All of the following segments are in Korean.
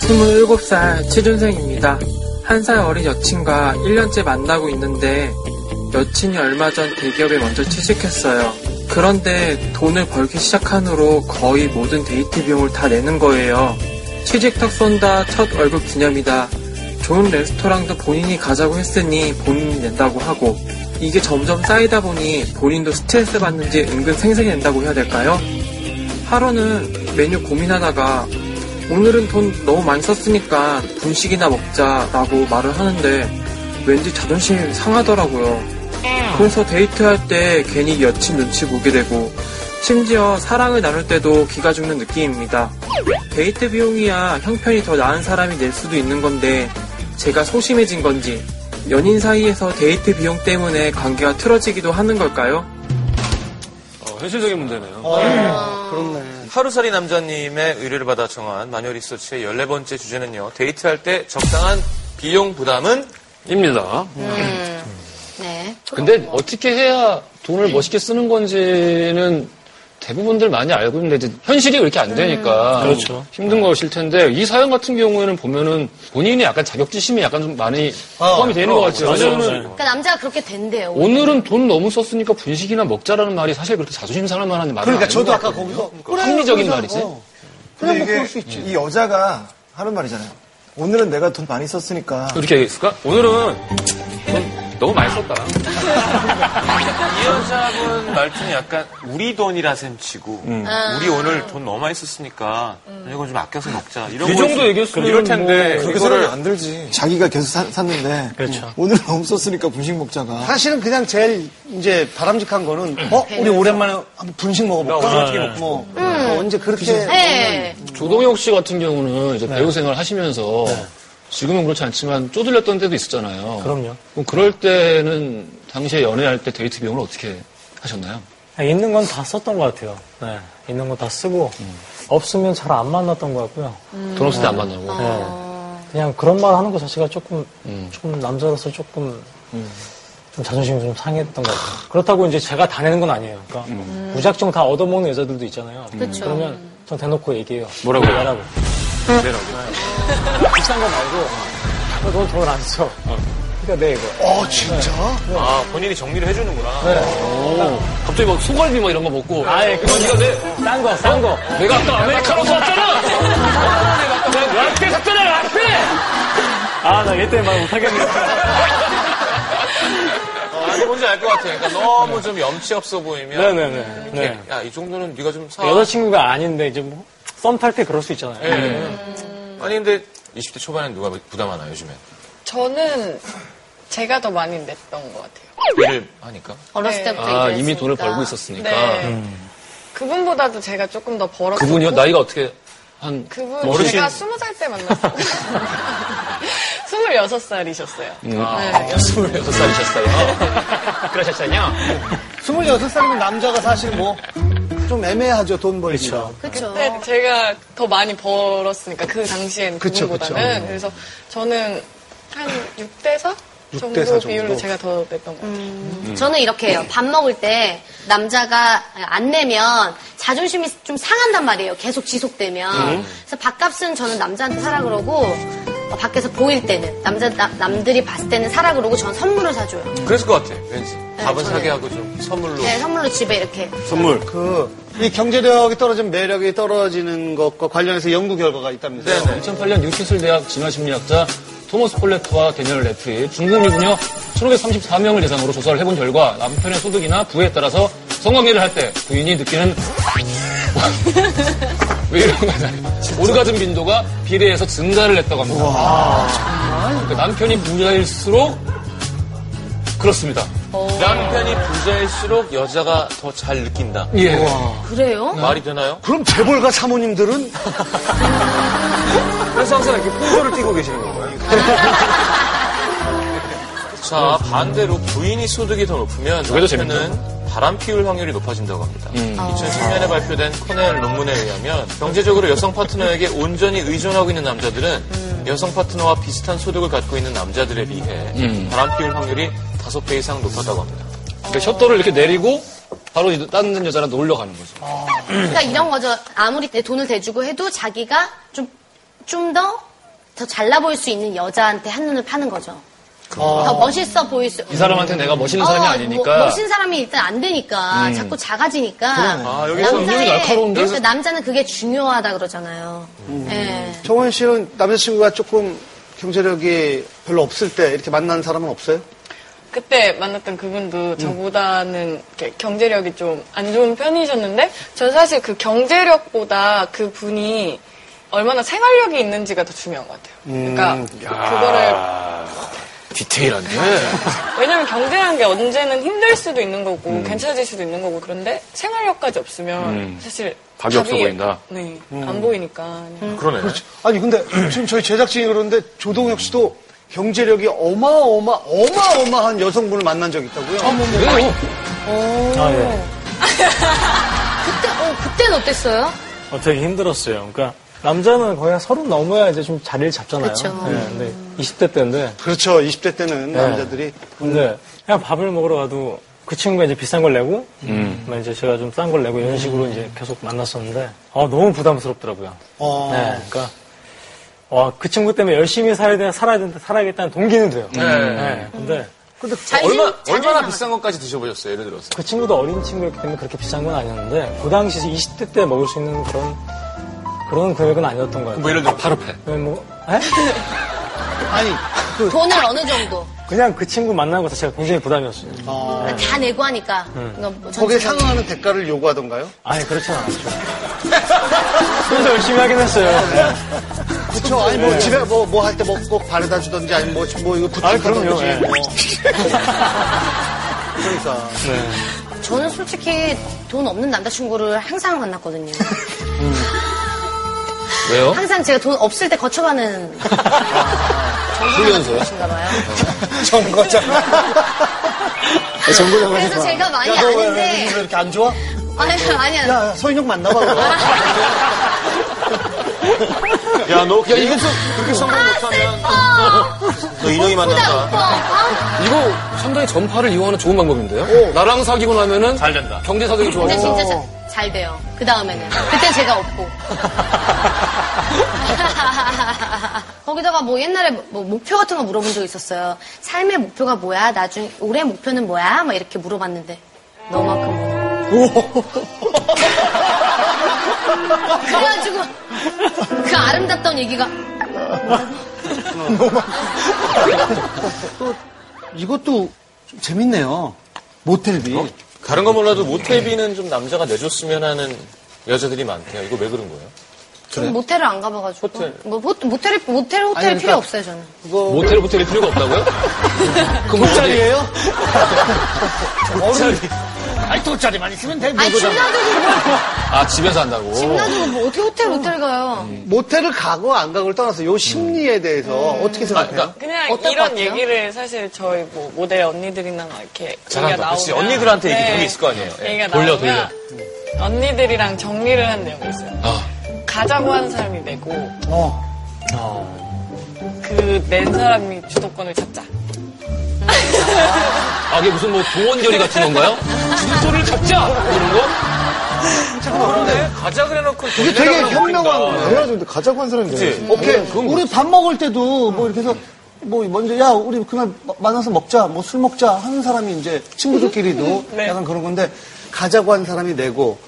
27살 최준생입니다. 한 살 어린 여친과 1년째 만나고 있는데 여친이 얼마 전 대기업에 먼저 취직했어요. 그런데 돈을 벌기 시작한 후로 거의 모든 데이트 비용을 다 내는 거예요. 취직탁 쏜다 첫 월급 기념이다. 좋은 레스토랑도 본인이 가자고 했으니 본인이 낸다고 하고 이게 점점 쌓이다 보니 본인도 스트레스 받는지 은근 생생낸다고 해야 될까요? 하루는 메뉴 고민하다가 오늘은 돈 너무 많이 썼으니까 분식이나 먹자라고 말을 하는데 왠지 자존심이 상하더라고요. 그래서 데이트할 때 괜히 여친 눈치 보게 되고 심지어 사랑을 나눌 때도 기가 죽는 느낌입니다. 데이트 비용이야 형편이 더 나은 사람이 낼 수도 있는 건데 제가 소심해진 건지 연인 사이에서 데이트 비용 때문에 관계가 틀어지기도 하는 걸까요? 어, 현실적인 문제네요. 하루살이 남자님의 의뢰를 받아 정한 마녀 리서치의 14번째 주제는요. 데이트할 때 적당한 비용 부담은 입니다. 네. 근데 어떻게 해야 돈을 멋있게 쓰는 건지는 대부분들 많이 알고 있는데 이제 현실이 그렇게 안 되니까 그렇죠. 힘든 것일 텐데 이 사연 같은 경우에는 보면은 본인이 약간 자격지심이 약간 좀 많이 포함이 되는 것 같아요. 맞아요, 왜냐면은 맞아요. 그러니까 남자가 그렇게 된대요. 오늘은 돈 너무 썼으니까 분식이나 먹자라는 말이 사실 그렇게 자존심 상할 만한 말이 그러니까 아닌 저도 것 아까 같아요. 거기서 그러니까 합리적인 말이지. 근데 뭐 이게 이 여자가 하는 말이잖아요. 오늘은 내가 돈 많이 썼으니까 이렇게 얘기했을까? 오늘은 돈 너무 많이 썼다. 이 여자분 말투는 약간 우리 돈이라 셈치고 우리 오늘 돈 너무 많이 썼으니까 이건 좀 아껴서 먹자. 이런 이 거 정도 있- 얘기했으면 이럴 텐데 그렇게 생각이 안 들지. 자기가 계속 사- 샀는데 그렇죠. 음. 오늘은 너무 썼으니까 분식 먹자가 그렇죠. 음. 사실은 그냥 제일 이제 바람직한 거는 어 우리 오랜만에 한번 분식 먹어볼까? 어떻게 먹고 뭐 어, 언제 그렇게 네. 조동혁 씨 같은 경우는 네. 이제 배우 생활 하시면서 지금은 그렇지 않지만 쪼들렸던 때도 있었잖아요. 그럼요. 그럼 그럴 때는 당시에 연애할 때 데이트 비용을 어떻게 하셨나요? 그냥 있는 건 다 썼던 것 같아요. 네, 있는 건 다 쓰고 음. 없으면 잘 안 만났던 것 같고요. 돈 없을 때 안 만나고. 아, 네. 그냥 그런 말 하는 것 자체가 조금 음. 조금 남자로서 조금 좀 자존심이 좀 상했던 것 같아요. 그렇다고 이제 제가 다 내는 건 아니에요. 그러니까 음. 무작정 다 얻어먹는 여자들도 있잖아요. 그쵸. 러면전 대놓고 얘기해요. 뭐라고요? 내라고. 내라고. 비싼 거 말고 넌 돈을 안 써. 어. 그러니까 내 이거. 어 진짜? 아 본인이 정리를 해주는구나. 갑자기 막 소갈비 막 이런 거 먹고. 아예 그건 이거 내. 싼 거, 싼 거. 내가 아까 아메리카노 샀잖아! 내가 라떼 샀잖아, 라떼! 아, 나 이때 말 못하겠네. 아, 이거 뭔지 알 것 같아. 그러니까 너무 좀 염치 없어 보이면 네네네. 네. 야 이 정도는 네가 좀 사. 여자친구가 아닌데 이제 뭐 썸 탈 때 그럴 수 있잖아요. 예. 아니 근데 20대 초반엔 누가 부담하나 요즘엔 저는 제가 더 많이 냈던 것 같아요. 일을 하니까. 어렸을 네. 때부터 아, 얘기를 이미 돈을 했으니까. 벌고 있었으니까. 음. 네. 그분보다도 제가 조금 더 벌었고. 그러니까. 그분이요? 나이가 어떻게 한. 그분 어르신? 제가 스무 살 때 만났어요. 스물여섯 살이셨어요. 음. 네. 아, 26살이셨어요. 그러셨어요? 26살이면 남자가 사실 뭐 좀 애매하죠 돈 벌기. 그쵸. 그때 제가 더 많이 벌었으니까 그 당시엔 그쵸, 그분보다는 음. 그래서 저는 한 6대 4 정도 6대 4 정도. 비율로 제가 더 냈던 것 같아요. 저는 이렇게 해요. 밥 먹을 때 남자가 안 내면 자존심이 좀 상한단 말이에요. 계속 지속되면. 음. 그래서 밥값은 저는 남자한테 사라 그러고 어, 밖에서 보일 때는 남자 나- 남들이 봤을 때는 사라 그러고 전 선물을 사줘요. 그랬을 것 같아. 왠지 밥은 네, 저는- 사게 하고 좀 선물로. 네, 선물로 집에 이렇게 선물. 그 이 경제력이 떨어진 매력이 떨어지는 것과 관련해서 연구 결과가 있답니다. 2008년 뉴키슬 대학 진화심리학자 토머스 콜레터와 데니얼 레플이 중국 미군요 1,534명을 대상으로 조사를 해본 결과 남편의 소득이나 부에 따라서 성관계를 할 때 부인이 느끼는 왜 이런 거잖아요. 오르가즘 빈도가 비례해서 증가를 했다고 합니다. 그러니까 남편이 부자일수록 그렇습니다. 남편이 부자일수록 여자가 더 잘 느낀다. 예. 그래요? 말이 되나요? 그럼 재벌가 사모님들은 그래서 항상 이렇게 포즈를 띄고 계시는 거예요. 자 반대로 부인이 소득이 더 높으면 저게 더 남편은 바람 피울 확률이 높아진다고 합니다. 음. 2010년에 발표된 커넬 논문에 의하면 경제적으로 여성 파트너에게 온전히 의존하고 있는 남자들은 음. 여성 파트너와 비슷한 소득을 갖고 있는 음. 남자들에 비해 바람 피울 확률이 5배 이상 높았다고 합니다. 그러니까 셔터를 이렇게 내리고 바로 이제 다른 여자랑 놀러 가는 거죠. 그러니까 이런 거죠. 아무리 내 돈을 대주고 해도 자기가 좀 좀 더 더 잘나 보일 수 있는 여자한테 한눈을 파는 거죠. 더 멋있어 보일 수. 이 사람한테 내가 멋있는 사람이 어, 아니니까. 음. 뭐, 멋진 사람이 일단 안 되니까 자꾸 작아지니까. 아, 여기서 운명이 날카로운데? 음. 그러니까 남자는 그게 중요하다 그러잖아요. 예. 정원 씨는 남자친구가 조금 경제력이 별로 없을 때 이렇게 만난 사람은 없어요? 그때 만났던 음. 그분도 저보다는 이렇게 경제력이 좀 안 좋은 편이셨는데 저는 사실 그 경제력보다 그 분이 얼마나 생활력이 있는지가 더 중요한 것 같아요. 음, 그러니까 그거를 네, 디테일한데? 왜냐면 경제라는 게 언제는 힘들 수도 있는 거고 음. 괜찮아질 수도 있는 거고 그런데 생활력까지 없으면 사실 답이 없어 보인다. 음. 네, 안 보이니까. 그냥. 그러네. 그렇죠. 아니 근데 지금 저희 제작진이 그러는데 조동혁 씨도 경제력이 어마어마 어마어마한 여성분을 만난 적이 있다고요? 그래요. 아, 예. 그때 어 그때는 어땠어요? 어, 되게 힘들었어요. 그러니까 남자는 거의 한 서른 넘어야 이제 좀 자리를 잡잖아요. 그쵸. 예, 근데 20대 때인데. 그렇죠. 20대 때는 남자들이 근데 그냥 밥을 먹으러 가도 그 친구가 이제 비싼 걸 내고, 뭐 이제 제가 좀 싼 걸 내고 이런 식으로 이제 계속 만났었는데, 어, 너무 부담스럽더라고요. 어. 네, 그러니까 와, 그 친구 때문에 열심히 살아야 돼, 살아야 된다, 살아야겠다는 동기는 돼요. 네, 근데 잘 얼마, 생- 잘 얼마나 생각하세요. 비싼 것까지 드셔보셨어요, 예를 들어서? 그 친구도 어린 친구였기 때문에 그렇게 비싼 건 아니었는데, 그 당시 20대 때 먹을 수 있는 그런, 그런 금액은 아니었던 것 같아요. 뭐 예를 들어 파르페. 네, 뭐, 에? 돈을 어느 정도 그냥 그 친구 만나는 것 자체가 굉장히 부담이었어요. 그러니까 다 내고 하니까. 음. 그러니까 뭐 거기에 전체적으로. 상응하는 대가를 요구하던가요? 아니, 그렇진 않았죠. 혼자 열심히 하긴 했어요. 그렇죠. 아니 뭐 집에 뭐 뭐 할 때 뭐 꼭 바래다 주던지 아니 뭐 뭐 이거 굿즈 아니, 그럼요. 하던지 예. 뭐. 그러니까 저는 솔직히 돈 없는 남자친구를 항상 만났거든요. 음. 왜요? 아, 항상 제가 돈 없을 때 거쳐가는 훈련소요? 것인가 봐요. 정글 그래서 제가 많이 아는데 이렇게 안 좋아? 아니 아니야. 야, 야, 서인혁 만나봐. 그거. 야, 너, 야, 이것도 그렇게 성공 못하면. 너 인형이 만난다. 이거 상당히 전파를 이용하는 좋은 방법인데요? 나랑 사귀고 나면은 잘 된다. 경제 사정이 어. 근데 어, 좋아져. 진짜 자- 잘 돼요. 그 다음에는 그때 제가 없고. 거기다가 뭐 옛날에 뭐 목표 같은 거 물어본 적 있었어요. 삶의 목표가 뭐야? 나중 올해 목표는 뭐야? 막 이렇게 물어봤는데 너만큼. 그래가지고 그 아름답던 얘기가 이것도 좀 재밌네요. 모텔비. 다른 건 몰라도 모텔비는 좀 남자가 내줬으면 하는 여자들이 많대요. 이거 왜 그런 거예요? 저는 모텔을 안 가봐가지고 호텔. 뭐 호- 모텔 모텔 호텔 아니, 필요 그러니까- 없어요 저는. 모텔 호텔이 필요가 없다고요? 그 목자리예요? 아니 집 어. 놔두고 아 집에서 한다고. 집 놔두고 뭐 어떻게 호텔 모텔 가요? 음. 모텔을 가고 안 가고를 떠나서 요 심리에 대해서 음. 어떻게 생각해요? 그냥 어떨 것 이런 같아요? 얘기를 사실 저희 뭐 모델 언니들이나 막 이렇게 얘기가 잘한다. 나오면 네. 그치. 언니들한테 얘기 그런 게 있을 거 아니에요. 예. 얘기가 돌려, 나오면 언니들이랑 정리를 한 내용이 있어요. 아. 가자고 한 사람이 내고 어. 그 낸 사람이 주도권을 찾자. 아 이게 무슨 뭐 도원결의 같은 건가요? 주소를 찾자 이런 거? 가자 그래놓고 이게 되게 현명한 거예요. 내가 좀 가자고 한 사람이 돼. 오케이. 네. 우리 밥 먹을 때도 뭐 이렇게 해서 뭐 먼저 야 우리 그날 마- 만나서 먹자 뭐 술 먹자 하는 사람이 이제 친구들끼리도 네. 약간 그런 건데 가자고 한 사람이 내고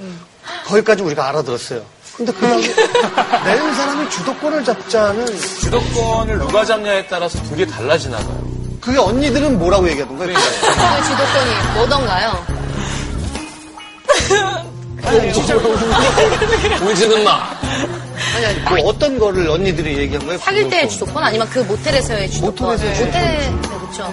거기까지 우리가 알아들었어요. 근데 그냥 내는 사람이 주도권을 잡자는 주도권을 누가 잡냐에 따라서 그게 달라지나 봐요. 그게 언니들은 뭐라고 얘기하던가 요그 지도권이 뭐던가요? 뭐, 보이지는 마. 그 어떤 거를 언니들이 얘기한 거예요? 사귈 때의 주도권 아니면 그 모텔에서의 주도권? 모텔에서의 주도권. 모텔, 네, 그쵸.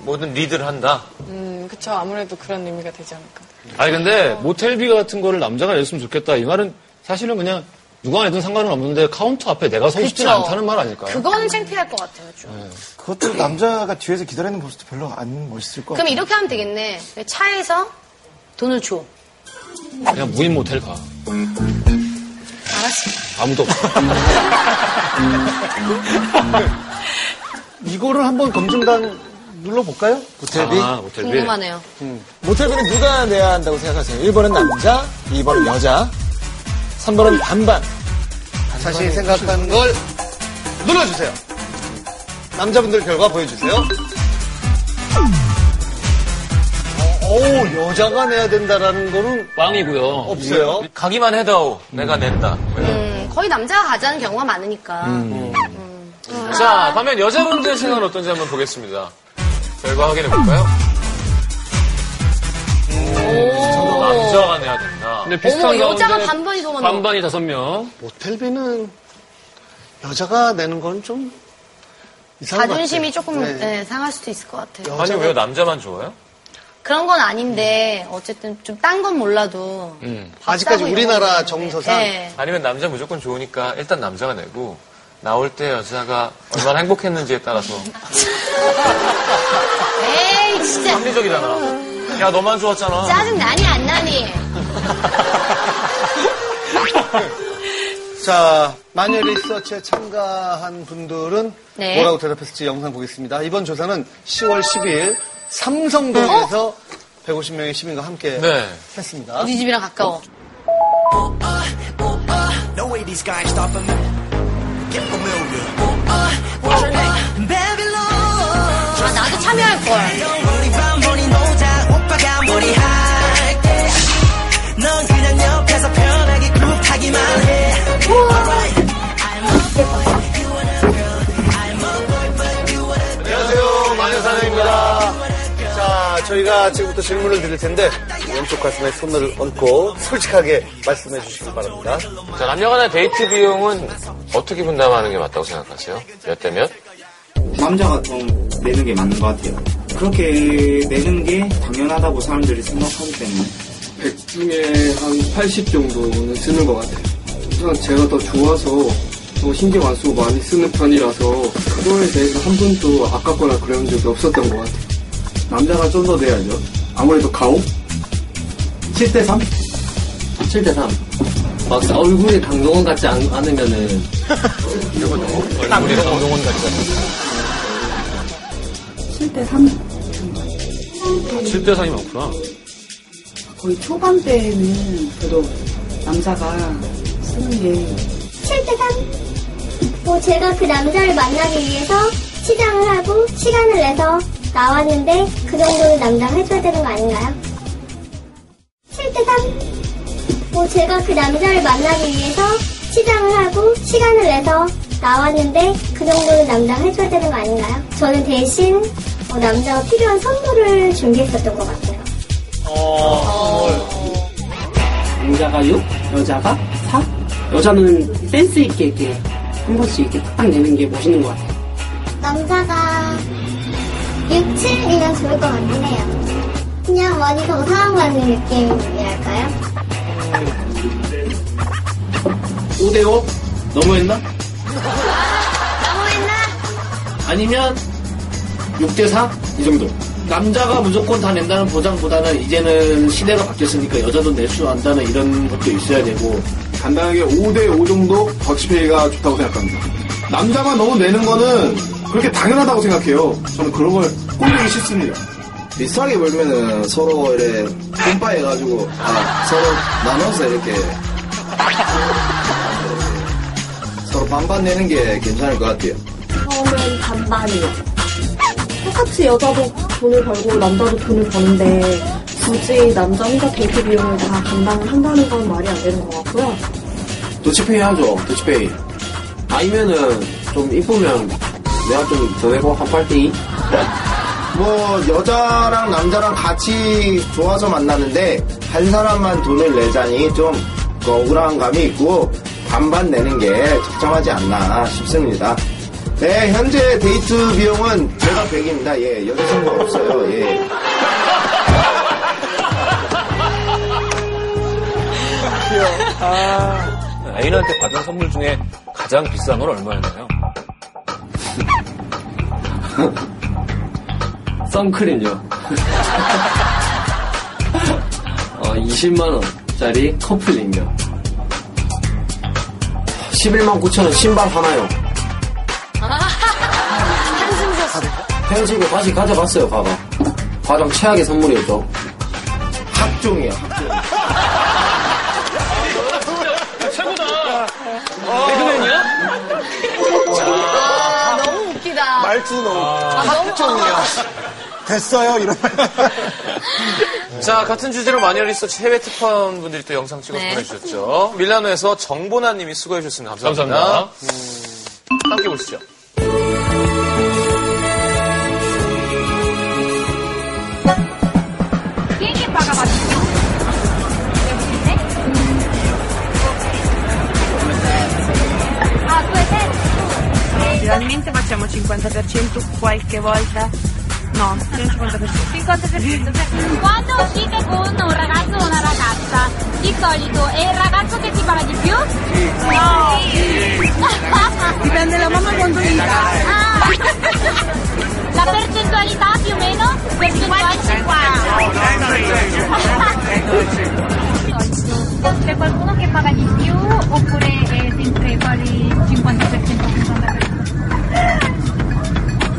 뭐든 리드를 한다. 음, 그쵸. 아무래도 그런 의미가 되지 않을까. 아니 근데 모텔비 같은 거를 남자가 냈으면 좋겠다 이 말은 사실은 그냥 누가 내든 상관은 없는데 카운터 앞에 내가 서고 싶지는 그쵸. 않다는 말 아닐까요? 그거는 창피할 것 같아요, 좀. 네. 그것도 남자가 뒤에서 기다리는 모습도 별로 안 멋있을 것 그럼 같아. 이렇게 하면 되겠네. 차에서 돈을 줘. 그냥 무인 모텔 가. 알았어. 아무도 없어. 이거를 한번 검증단 눌러볼까요? 모텔비? 아, 모텔비. 궁금하네요. 모텔비는 누가 내야 한다고 생각하세요? 1번은 남자, 2번은 여자, 3번은 반반. 자신이 생각하는 걸 눌러주세요. 남자분들 결과 보여주세요. 어, 어우, 여자가 내야 된다라는 거는 빵이고요. 없어요. 가기만 해다오. 내가 낸다. 네. 음, 거의 남자가 가자는 경우가 많으니까. 음, 자, 반면 여자분들 생각은 어떤지 한번 보겠습니다. 결과 확인해 볼까요? 오, 남자가 내야 된다. 근데 어머, 비슷한 여자가 가운데 반반이 더 많아. 반반이 다섯 명. 모텔비는 여자가 내는 건 좀 이상한 것 자존심이 같아요. 조금 네. 네, 상할 수도 있을 것 같아요. 아니, 왜 남자만 좋아요? 그런 건 아닌데 어쨌든 좀 딴 건 몰라도 밥 음. 아직까지 싸고 우리나라 이런 거. 정서상 네. 아니면 남자 무조건 좋으니까 일단 남자가 내고 나올 때 여자가 얼마나 행복했는지에 따라서 에이 진짜 합리적이잖아. 야, 너만 좋았잖아. 짜증 나니 안 나니? 자, 마녀 리서치에 참가한 분들은 네. 뭐라고 대답했을지 영상 보겠습니다. 이번 조사는 10월 10일 삼성동에서 150명의 시민과 함께 네. 했습니다. 우리 집이랑 가까워. No way these guys stopping me. Get familiar. What's your name? Babylon. 아 나도 참여할 걸. Young money, brown money, no doubt. 오빠가 머리 할게. 넌 그냥 옆에서 편하게 굽하기만 해. Alright. I'm a boy, you wanna girl. I'm a boy, but you wanna 안녕하세요. 마녀사냥입니다. 자, 저희가 지금부터 질문을 드릴 텐데, 왼쪽 가슴에 손을 얹고 솔직하게 말씀해 주시기 바랍니다. 자, 남녀 간의 데이트 비용은 어떻게 분담하는 게 맞다고 생각하세요? 몇 대 몇? 남자가 좀 내는 게 맞는 것 같아요. 그렇게 내는 게 당연하다고 사람들이 생각하기 때문에. 100 중에 한 80 정도는 쓰는 것 같아요. 우선 제가 더 좋아서 더 신경 안 쓰고 많이 쓰는 편이라서 그거에 대해서 한 번도 아깝거나 그런 적이 없었던 것 같아요. 남자가 좀 더 내야죠. 아무래도 가오? 7대3? 7대3. 막 얼굴이 강동원 같지 않, 네. 않으면은 거의 초반대에는 그래도 남자가 쓰는 게. 7대3. 뭐 제가 그 남자를 만나기 위해서 시장을 하고 시간을 내서 나왔는데 그 정도는 남자가 해줘야 되는 거 아닌가요? 7대3. 뭐 제가 그 남자를 만나기 위해서 시장을 하고 시간을 내서 나왔는데 그 정도는 남자가 해줘야 되는 거 아닌가요? 저는 대신 어, 남자가 필요한 선물을 준비했었던 것 같아요. 남자가 6, 여자가 4. 여자는 센스 있게 이렇게 한 번씩 이렇게 딱 내는 게 멋있는 것 같아요. 남자가 6, 7이면 좋을 것 같긴 해요. 그냥 많이 더 사랑받는 느낌이랄까요? 5대5? 넘어했나? 너무했나? 아니면 6대4? 이 정도. 남자가 무조건 다 낸다는 보장보다는 이제는 시대가 바뀌었으니까 여자도 낼 수 안다는 이런 것도 있어야 되고 간단하게 5대5 정도 벅시페이가 좋다고 생각합니다. 남자가 너무 내는 거는 그렇게 당연하다고 생각해요. 저는 그런 걸 꼴보기 싫습니다. 비슷하게 벌면은 서로 이래 뿜빠해가지고 서로 나눠서 이렇게 서로 반반 내는 게 괜찮을 것 같아요. 저는 반반이요. 똑같이 여자도 돈을 벌고 남자도 돈을 버는데 굳이 남자 혼자 데이트 비용을 다 감당을 한다는 건 말이 안 되는 것 같고요. 도치페이 하죠, 도치페이. 아니면은 좀 이쁘면 내가 좀 더 내고 한 팔띵이? 뭐 여자랑 남자랑 같이 좋아서 만나는데 한 사람만 돈을 내자니 좀그 억울한 감이 있고 반반 내는 게 적정하지 않나 싶습니다. 네, 현재 데이트 비용은 제가 100입니다. 예, 여자친구 없어요. 예. 애인한테 받은 선물 중에 가장 비싼 건 얼마였나요? 선크림요. 어, 20만원짜리 커플링요. 11만 9천 원 신발 하나요. 한숨 쉬었어. 헤어지고 다시 가져갔어요, 가방. 가장 최악의 선물이었죠. 학종이야, 학종. 최고다. 개그맨이야? 아, 너무 웃기다. 말투 너무. 아, 너무 학종이야. 됐어요, 이런. 자, 같은 주제로 마녀 리서치 해외 특파원 분들이 또 영상 찍어서 네. 보내주셨죠. 밀라노에서 정보나 님이 수고해 주셨습니다. 감사합니다. 감사합니다. 음, 함께 보시죠. Generalmente facciamo 50% qualche volta. No, non 50%. 50%. Quando uscite con un ragazzo o una ragazza, di solito è il ragazzo che ti paga di più? No. Dipende dalla mamma quanto gli dà. Ah. La percentualità più o meno? Percentuale 50. C'è qualcuno che paga di più oppure è sempre quali 50%?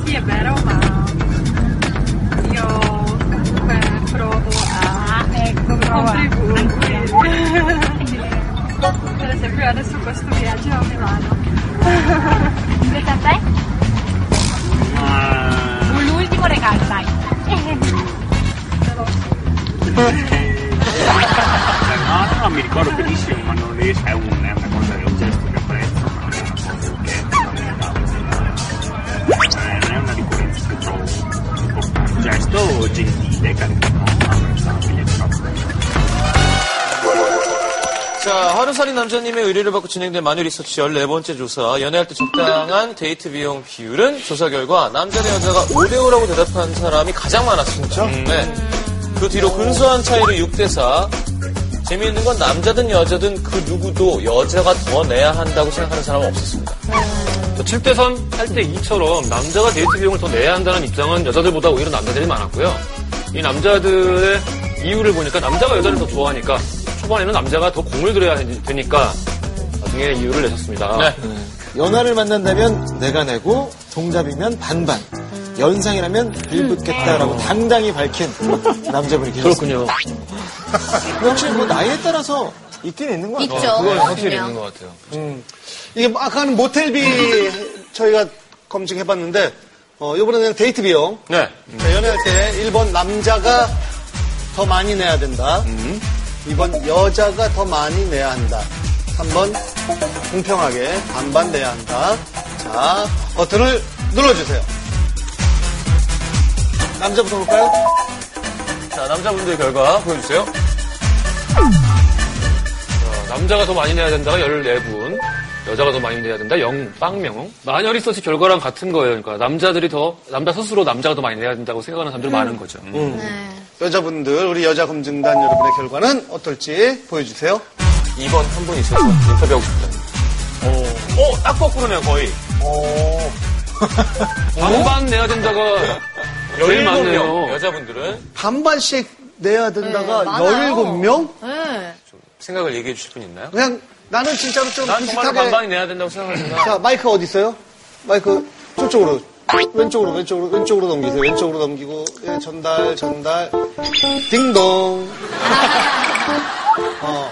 Sì, è vero, ma io comunque provo a ecco, contribuire. Per esempio adesso questo viaggio a Milano. Questa te? Un ultimo regalo, dai. No, non mi ricordo benissimo, ma non riesco, è, un- è una cosa che ho gesto che apprezzo, ma non è una cosa che non è una cosa che- non è una di quelle che trovo importante. Un gesto gentile, carino, apprezzabile, proprio. 자, 하루살이 남자님의 의뢰를 받고 진행된 마녀 리서치 14번째 조사. 연애할 때 적당한 데이트 비용 비율은 조사 결과 남자 대 여자가 5대5라고 대답한 사람이 가장 많았습니다. 네. 그 뒤로 근소한 차이로 6대4. 재미있는 건 남자든 여자든 그 누구도 여자가 더 내야 한다고 생각하는 사람은 없었습니다. 7대3, 8대2처럼 남자가 데이트 비용을 더 내야 한다는 입장은 여자들보다 오히려 남자들이 많았고요. 이 남자들의 이유를 보니까 남자가 여자를 더 좋아하니까 초반에는 남자가 더 공을 들여야 되니까 나중에 이유를 내셨습니다. 연하를 만난다면 내가 내고 동갑이면 반반. 연상이라면 빌붙겠다라고 당당히 밝힌 남자분이 계셨습니다. 역시 뭐 나이에 따라서 있긴 있는 것 같아요. 있죠. 어, 그건 확실히 있는 것 같아요. 음. 이게 아까는 모텔비 저희가 검증해봤는데 어, 이번에는 데이트 비용. 네. 자, 연애할 때 1번 남자가 더 많이 내야 된다. 2번 여자가 더 많이 내야 한다. 3번 공평하게 반반 내야 한다. 자, 버튼을 눌러주세요. 남자부터 볼까요? 자, 남자분들 결과 보여주세요. 자, 남자가 더 많이 내야 된다가 14분, 여자가 더 많이 내야 된다 0, 빵명. 마녀 리서치 결과랑 같은 거예요. 그러니까 남자들이 더, 남자 스스로 남자가 더 많이 내야 된다고 생각하는 사람들이 많은 거죠. 여자분들, 우리 여자 검증단 여러분의 결과는 어떨지 보여주세요. 2번 한 분이 있어서 인터뷰하고 싶다. 오, 오, 딱 거꾸로네요, 거의. 반반 내야 된다가 제일 17명, 많네요. 여자분들은 반반씩 내야 된다가 네, 많아요. 17명? 네. 생각을 얘기해 주실 분 있나요? 그냥 나는 진짜로 좀 난 정말로 비슷하게 반반이 내야 된다고 생각하지만 자, 마이크 어디 있어요? 마이크 저쪽으로. 왼쪽으로, 왼쪽으로, 왼쪽으로 넘기세요. 왼쪽으로 넘기고, 예, 전달, 전달. 딩동. 어.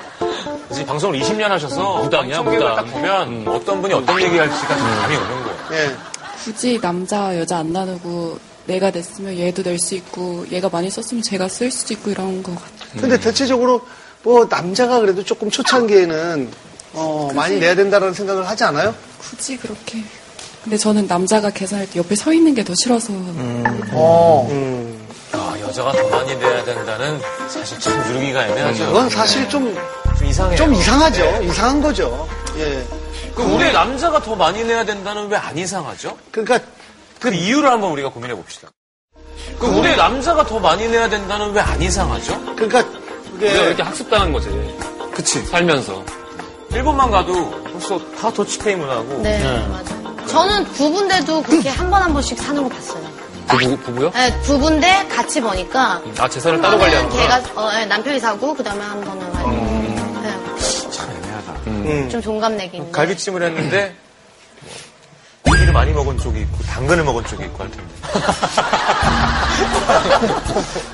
이제 방송을 20년 하셔서 무당이야, 무당. 음. 딱 보면 어떤 분이 어떤 얘기할지가 좀 감이 오는 거예요. 예. 굳이 남자 여자 안 나누고 내가 냈으면 얘도 낼 수 있고 얘가 많이 썼으면 제가 쓸 수도 있고 이런 거 같아요. 근데 음. 대체적으로, 뭐, 남자가 그래도 조금 초창기에는, 어, 많이 내야 된다라는 생각을 하지 않아요? 음. 굳이 그렇게. 근데 저는 남자가 계산할 때 옆에 서 있는 게 더 싫어서 어. 아, 여자가 더 많이 내야 된다는 사실 참 누르기가 애매하죠. 그건 사실 좀, 좀 이상해요. 음. 좀 이상하죠. 네. 이상한 거죠. 예. 그럼 왜 남자가 더 많이 내야 된다는 왜 안 이상하죠? 그러니까 그 이유를 한번 우리가 고민해 봅시다. 그럼 왜 남자가 더 많이 내야 된다는 왜 안 이상하죠? 그러니까 그게 우리가 네, 이렇게 학습당한 거지. 그치. 살면서. 일본만 가도 벌써 다 더치페이 문화고. 네, 맞아요. 저는 부부인데도 그렇게 한 번 한 번씩 사는 거 봤어요. 부부, 부부요? 네, 부부인데 같이 버니까. 아, 재산을 따로 관리하는구나. 걔가, 어, 네, 남편이 사고, 그 다음에 한 번은. 네. 음. 참 애매하다. 좀 종감 내기. 갈비찜을 했는데 뭐 고기를 고기를 많이 먹은 쪽이 있고 당근을 먹은 쪽이 있고 할 텐데.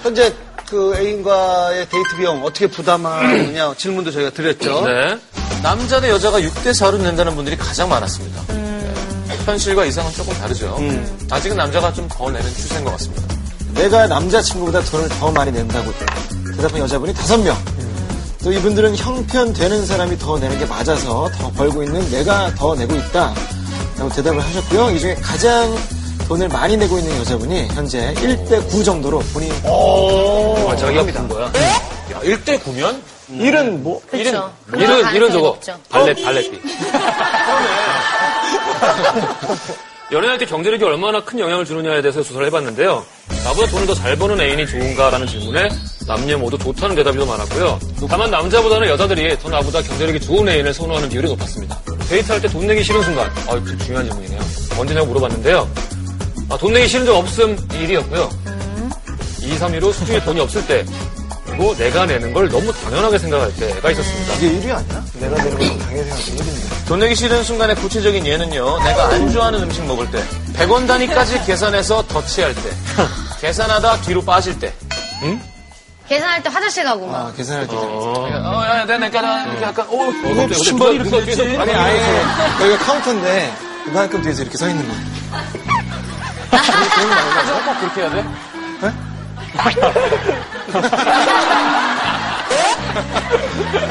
현재 그 애인과의 데이트 비용 어떻게 부담하느냐 질문도 저희가 드렸죠. 네. 남자 대 여자가 6대 4로 낸다는 분들이 가장 많았습니다. 네. 현실과 이상은 조금 다르죠. 음. 아직은 남자가 좀 더 내는 추세인 것 같습니다. 내가 남자친구보다 돈을 더 많이 낸다고 대답한 여자분이 다섯 명. 또 이분들은 형편 되는 사람이 더 내는 게 맞아서 더 벌고 있는 내가 더 내고 있다. 라고 대답을 하셨고요. 이 중에 가장 돈을 많이 내고 있는 여자분이 현재 1대 9 정도로 본인. 어, 아, 자기가 푼 거야? 야, 1대 9면? 일은 뭐? 그렇죠. 일은, 일은, 일은 저거. 발레, 발레비. 연애할 때 경제력이 얼마나 큰 영향을 주느냐에 대해서 조사를 해봤는데요. 나보다 돈을 더 잘 버는 애인이 좋은가라는 질문에 남녀 모두 좋다는 대답이 더 많았고요. 다만 남자보다는 여자들이 더 나보다 경제력이 좋은 애인을 선호하는 비율이 높았습니다. 데이트할 때 돈 내기 싫은 순간, 아, 좀 중요한 질문이네요. 언제냐고 물어봤는데요. 아, 돈 내기 싫은 적 없음 1위였고요. 2, 3위로 수중에 돈이 없을 때, 그리고 내가 내는 걸 너무 당연하게 생각할 때가 있었습니다. 이게 1위 아니야? 내가 내는 건 당연히 생각해 1위인데. 돈 내기 싫은 순간의 구체적인 예는요. 내가 안 좋아하는 음식 먹을 때, 100원 단위까지 계산해서 더치할 때, 계산하다 뒤로 빠질 때. 계산할 때 화장실 가고 아, 막. 계산할 때. 어, 야, 야, 내가 약간, 이렇게 약간, 어, 이게 무슨 말이 이렇게 됐지? 아니, 아예, 네. 여기가 카운터인데, 이만큼 뒤에서 이렇게 서 있는 거야. 아, 꼭 그렇게 해야 돼?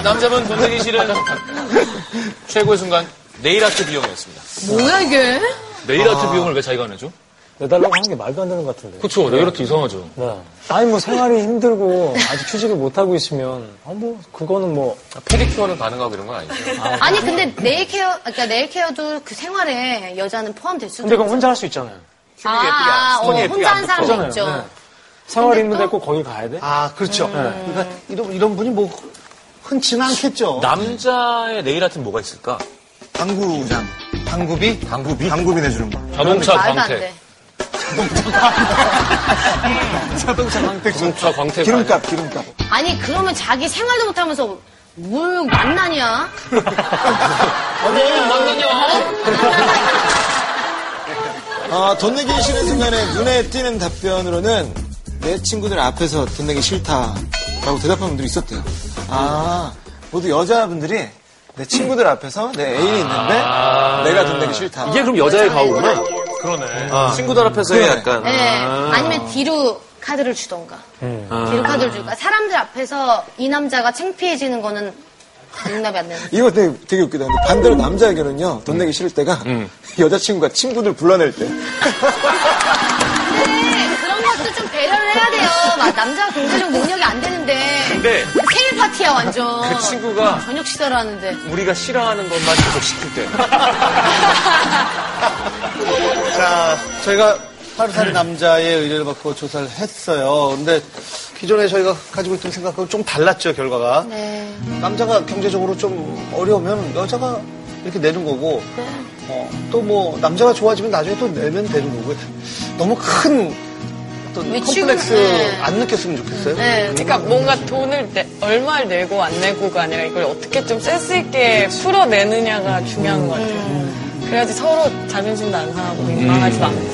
남자분 돈 내기 싫은 최고의 순간, 네일 아트 비용이었습니다. 뭐야 이게? 네일 아트 비용을 왜 자기가 내죠? 내달라고 하는 게 말도 안 되는 것 같은데. 그쵸, 네일 아트 이상하죠. 네. 아니 뭐 생활이 힘들고 아직 취직을 못 하고 있으면 아 뭐 그거는 뭐 페디큐어는 가능하고 이런 건 아니죠. 아니 근데 네일 케어 그러니까 네일 케어도 그 생활에 여자는 포함될 수도 근데 그건 혼자 할 수 있잖아요. 아, 아, 어, 혼자 하는 사람도 있죠. 네. 생활이 힘든데 꼭 거기 가야 돼? 아 그렇죠. 네. 그러니까 이런 이런 분이 뭐 흔치는 않겠죠. 남자의 네일 아트는 뭐가 있을까? 당구장. 당구비? 당구비? 당구비 내주는 거. 자동차 말도 안 광택. 돼. 자동차 광택. 자동차 광택. 그러니까 기름값, 기름값. 아니 그러면 자기 생활도 못하면서 뭘 만나냐? 아, 돈 내기 싫은 순간에 눈에 띄는 답변으로는 내 친구들 앞에서 돈 내기 싫다라고 대답한 분들이 있었대요. 아, 모두 여자분들이 내 친구들 앞에서 내 애인이 있는데 아. 내가 돈 내기 싫다. 아. 이게 그럼 여자의 가오구나. 그러네. 친구들 앞에서의 그래. 약간. 네. 아니면 뒤로 카드를 주던가. 음. 뒤로 아. 카드를 주니까 사람들 앞에서 이 남자가 창피해지는 거는 용납이 안 되는. 이거 되게, 되게 웃기다. 근데 반대로 남자 의견은요, 음. 돈 내기 싫을 때가 여자친구가 친구들 불러낼 때. 근데 그런 것도 좀 배려를 해야 돼요. 막 남자가 경제적 능력이 안 되는데. 근데 생일 파티야 완전. 그 친구가 뭐. 저녁 식사를 하는데. 우리가 싫어하는 것만 계속 시킬 그 때. 자, 저희가 하루살이 남자의 의뢰를 받고 조사를 했어요. 근데 기존에 저희가 가지고 있던 생각하고 좀 달랐죠, 결과가. 네. 남자가 경제적으로 좀 어려우면 여자가 이렇게 내는 거고, 또 뭐 남자가 좋아지면 나중에 또 내면 되는 거고, 너무 큰 어떤 위축은, 컴플렉스 네. 안 느꼈으면 좋겠어요. 네. 그러니까 뭔가 돈을 내- 얼마를 내고 안 내고가 아니라 이걸 어떻게 좀 센스 있게 풀어내느냐가 중요한 것 같아요. 그래야지 서로 자존심도 안 상하고 민망하지도 않고.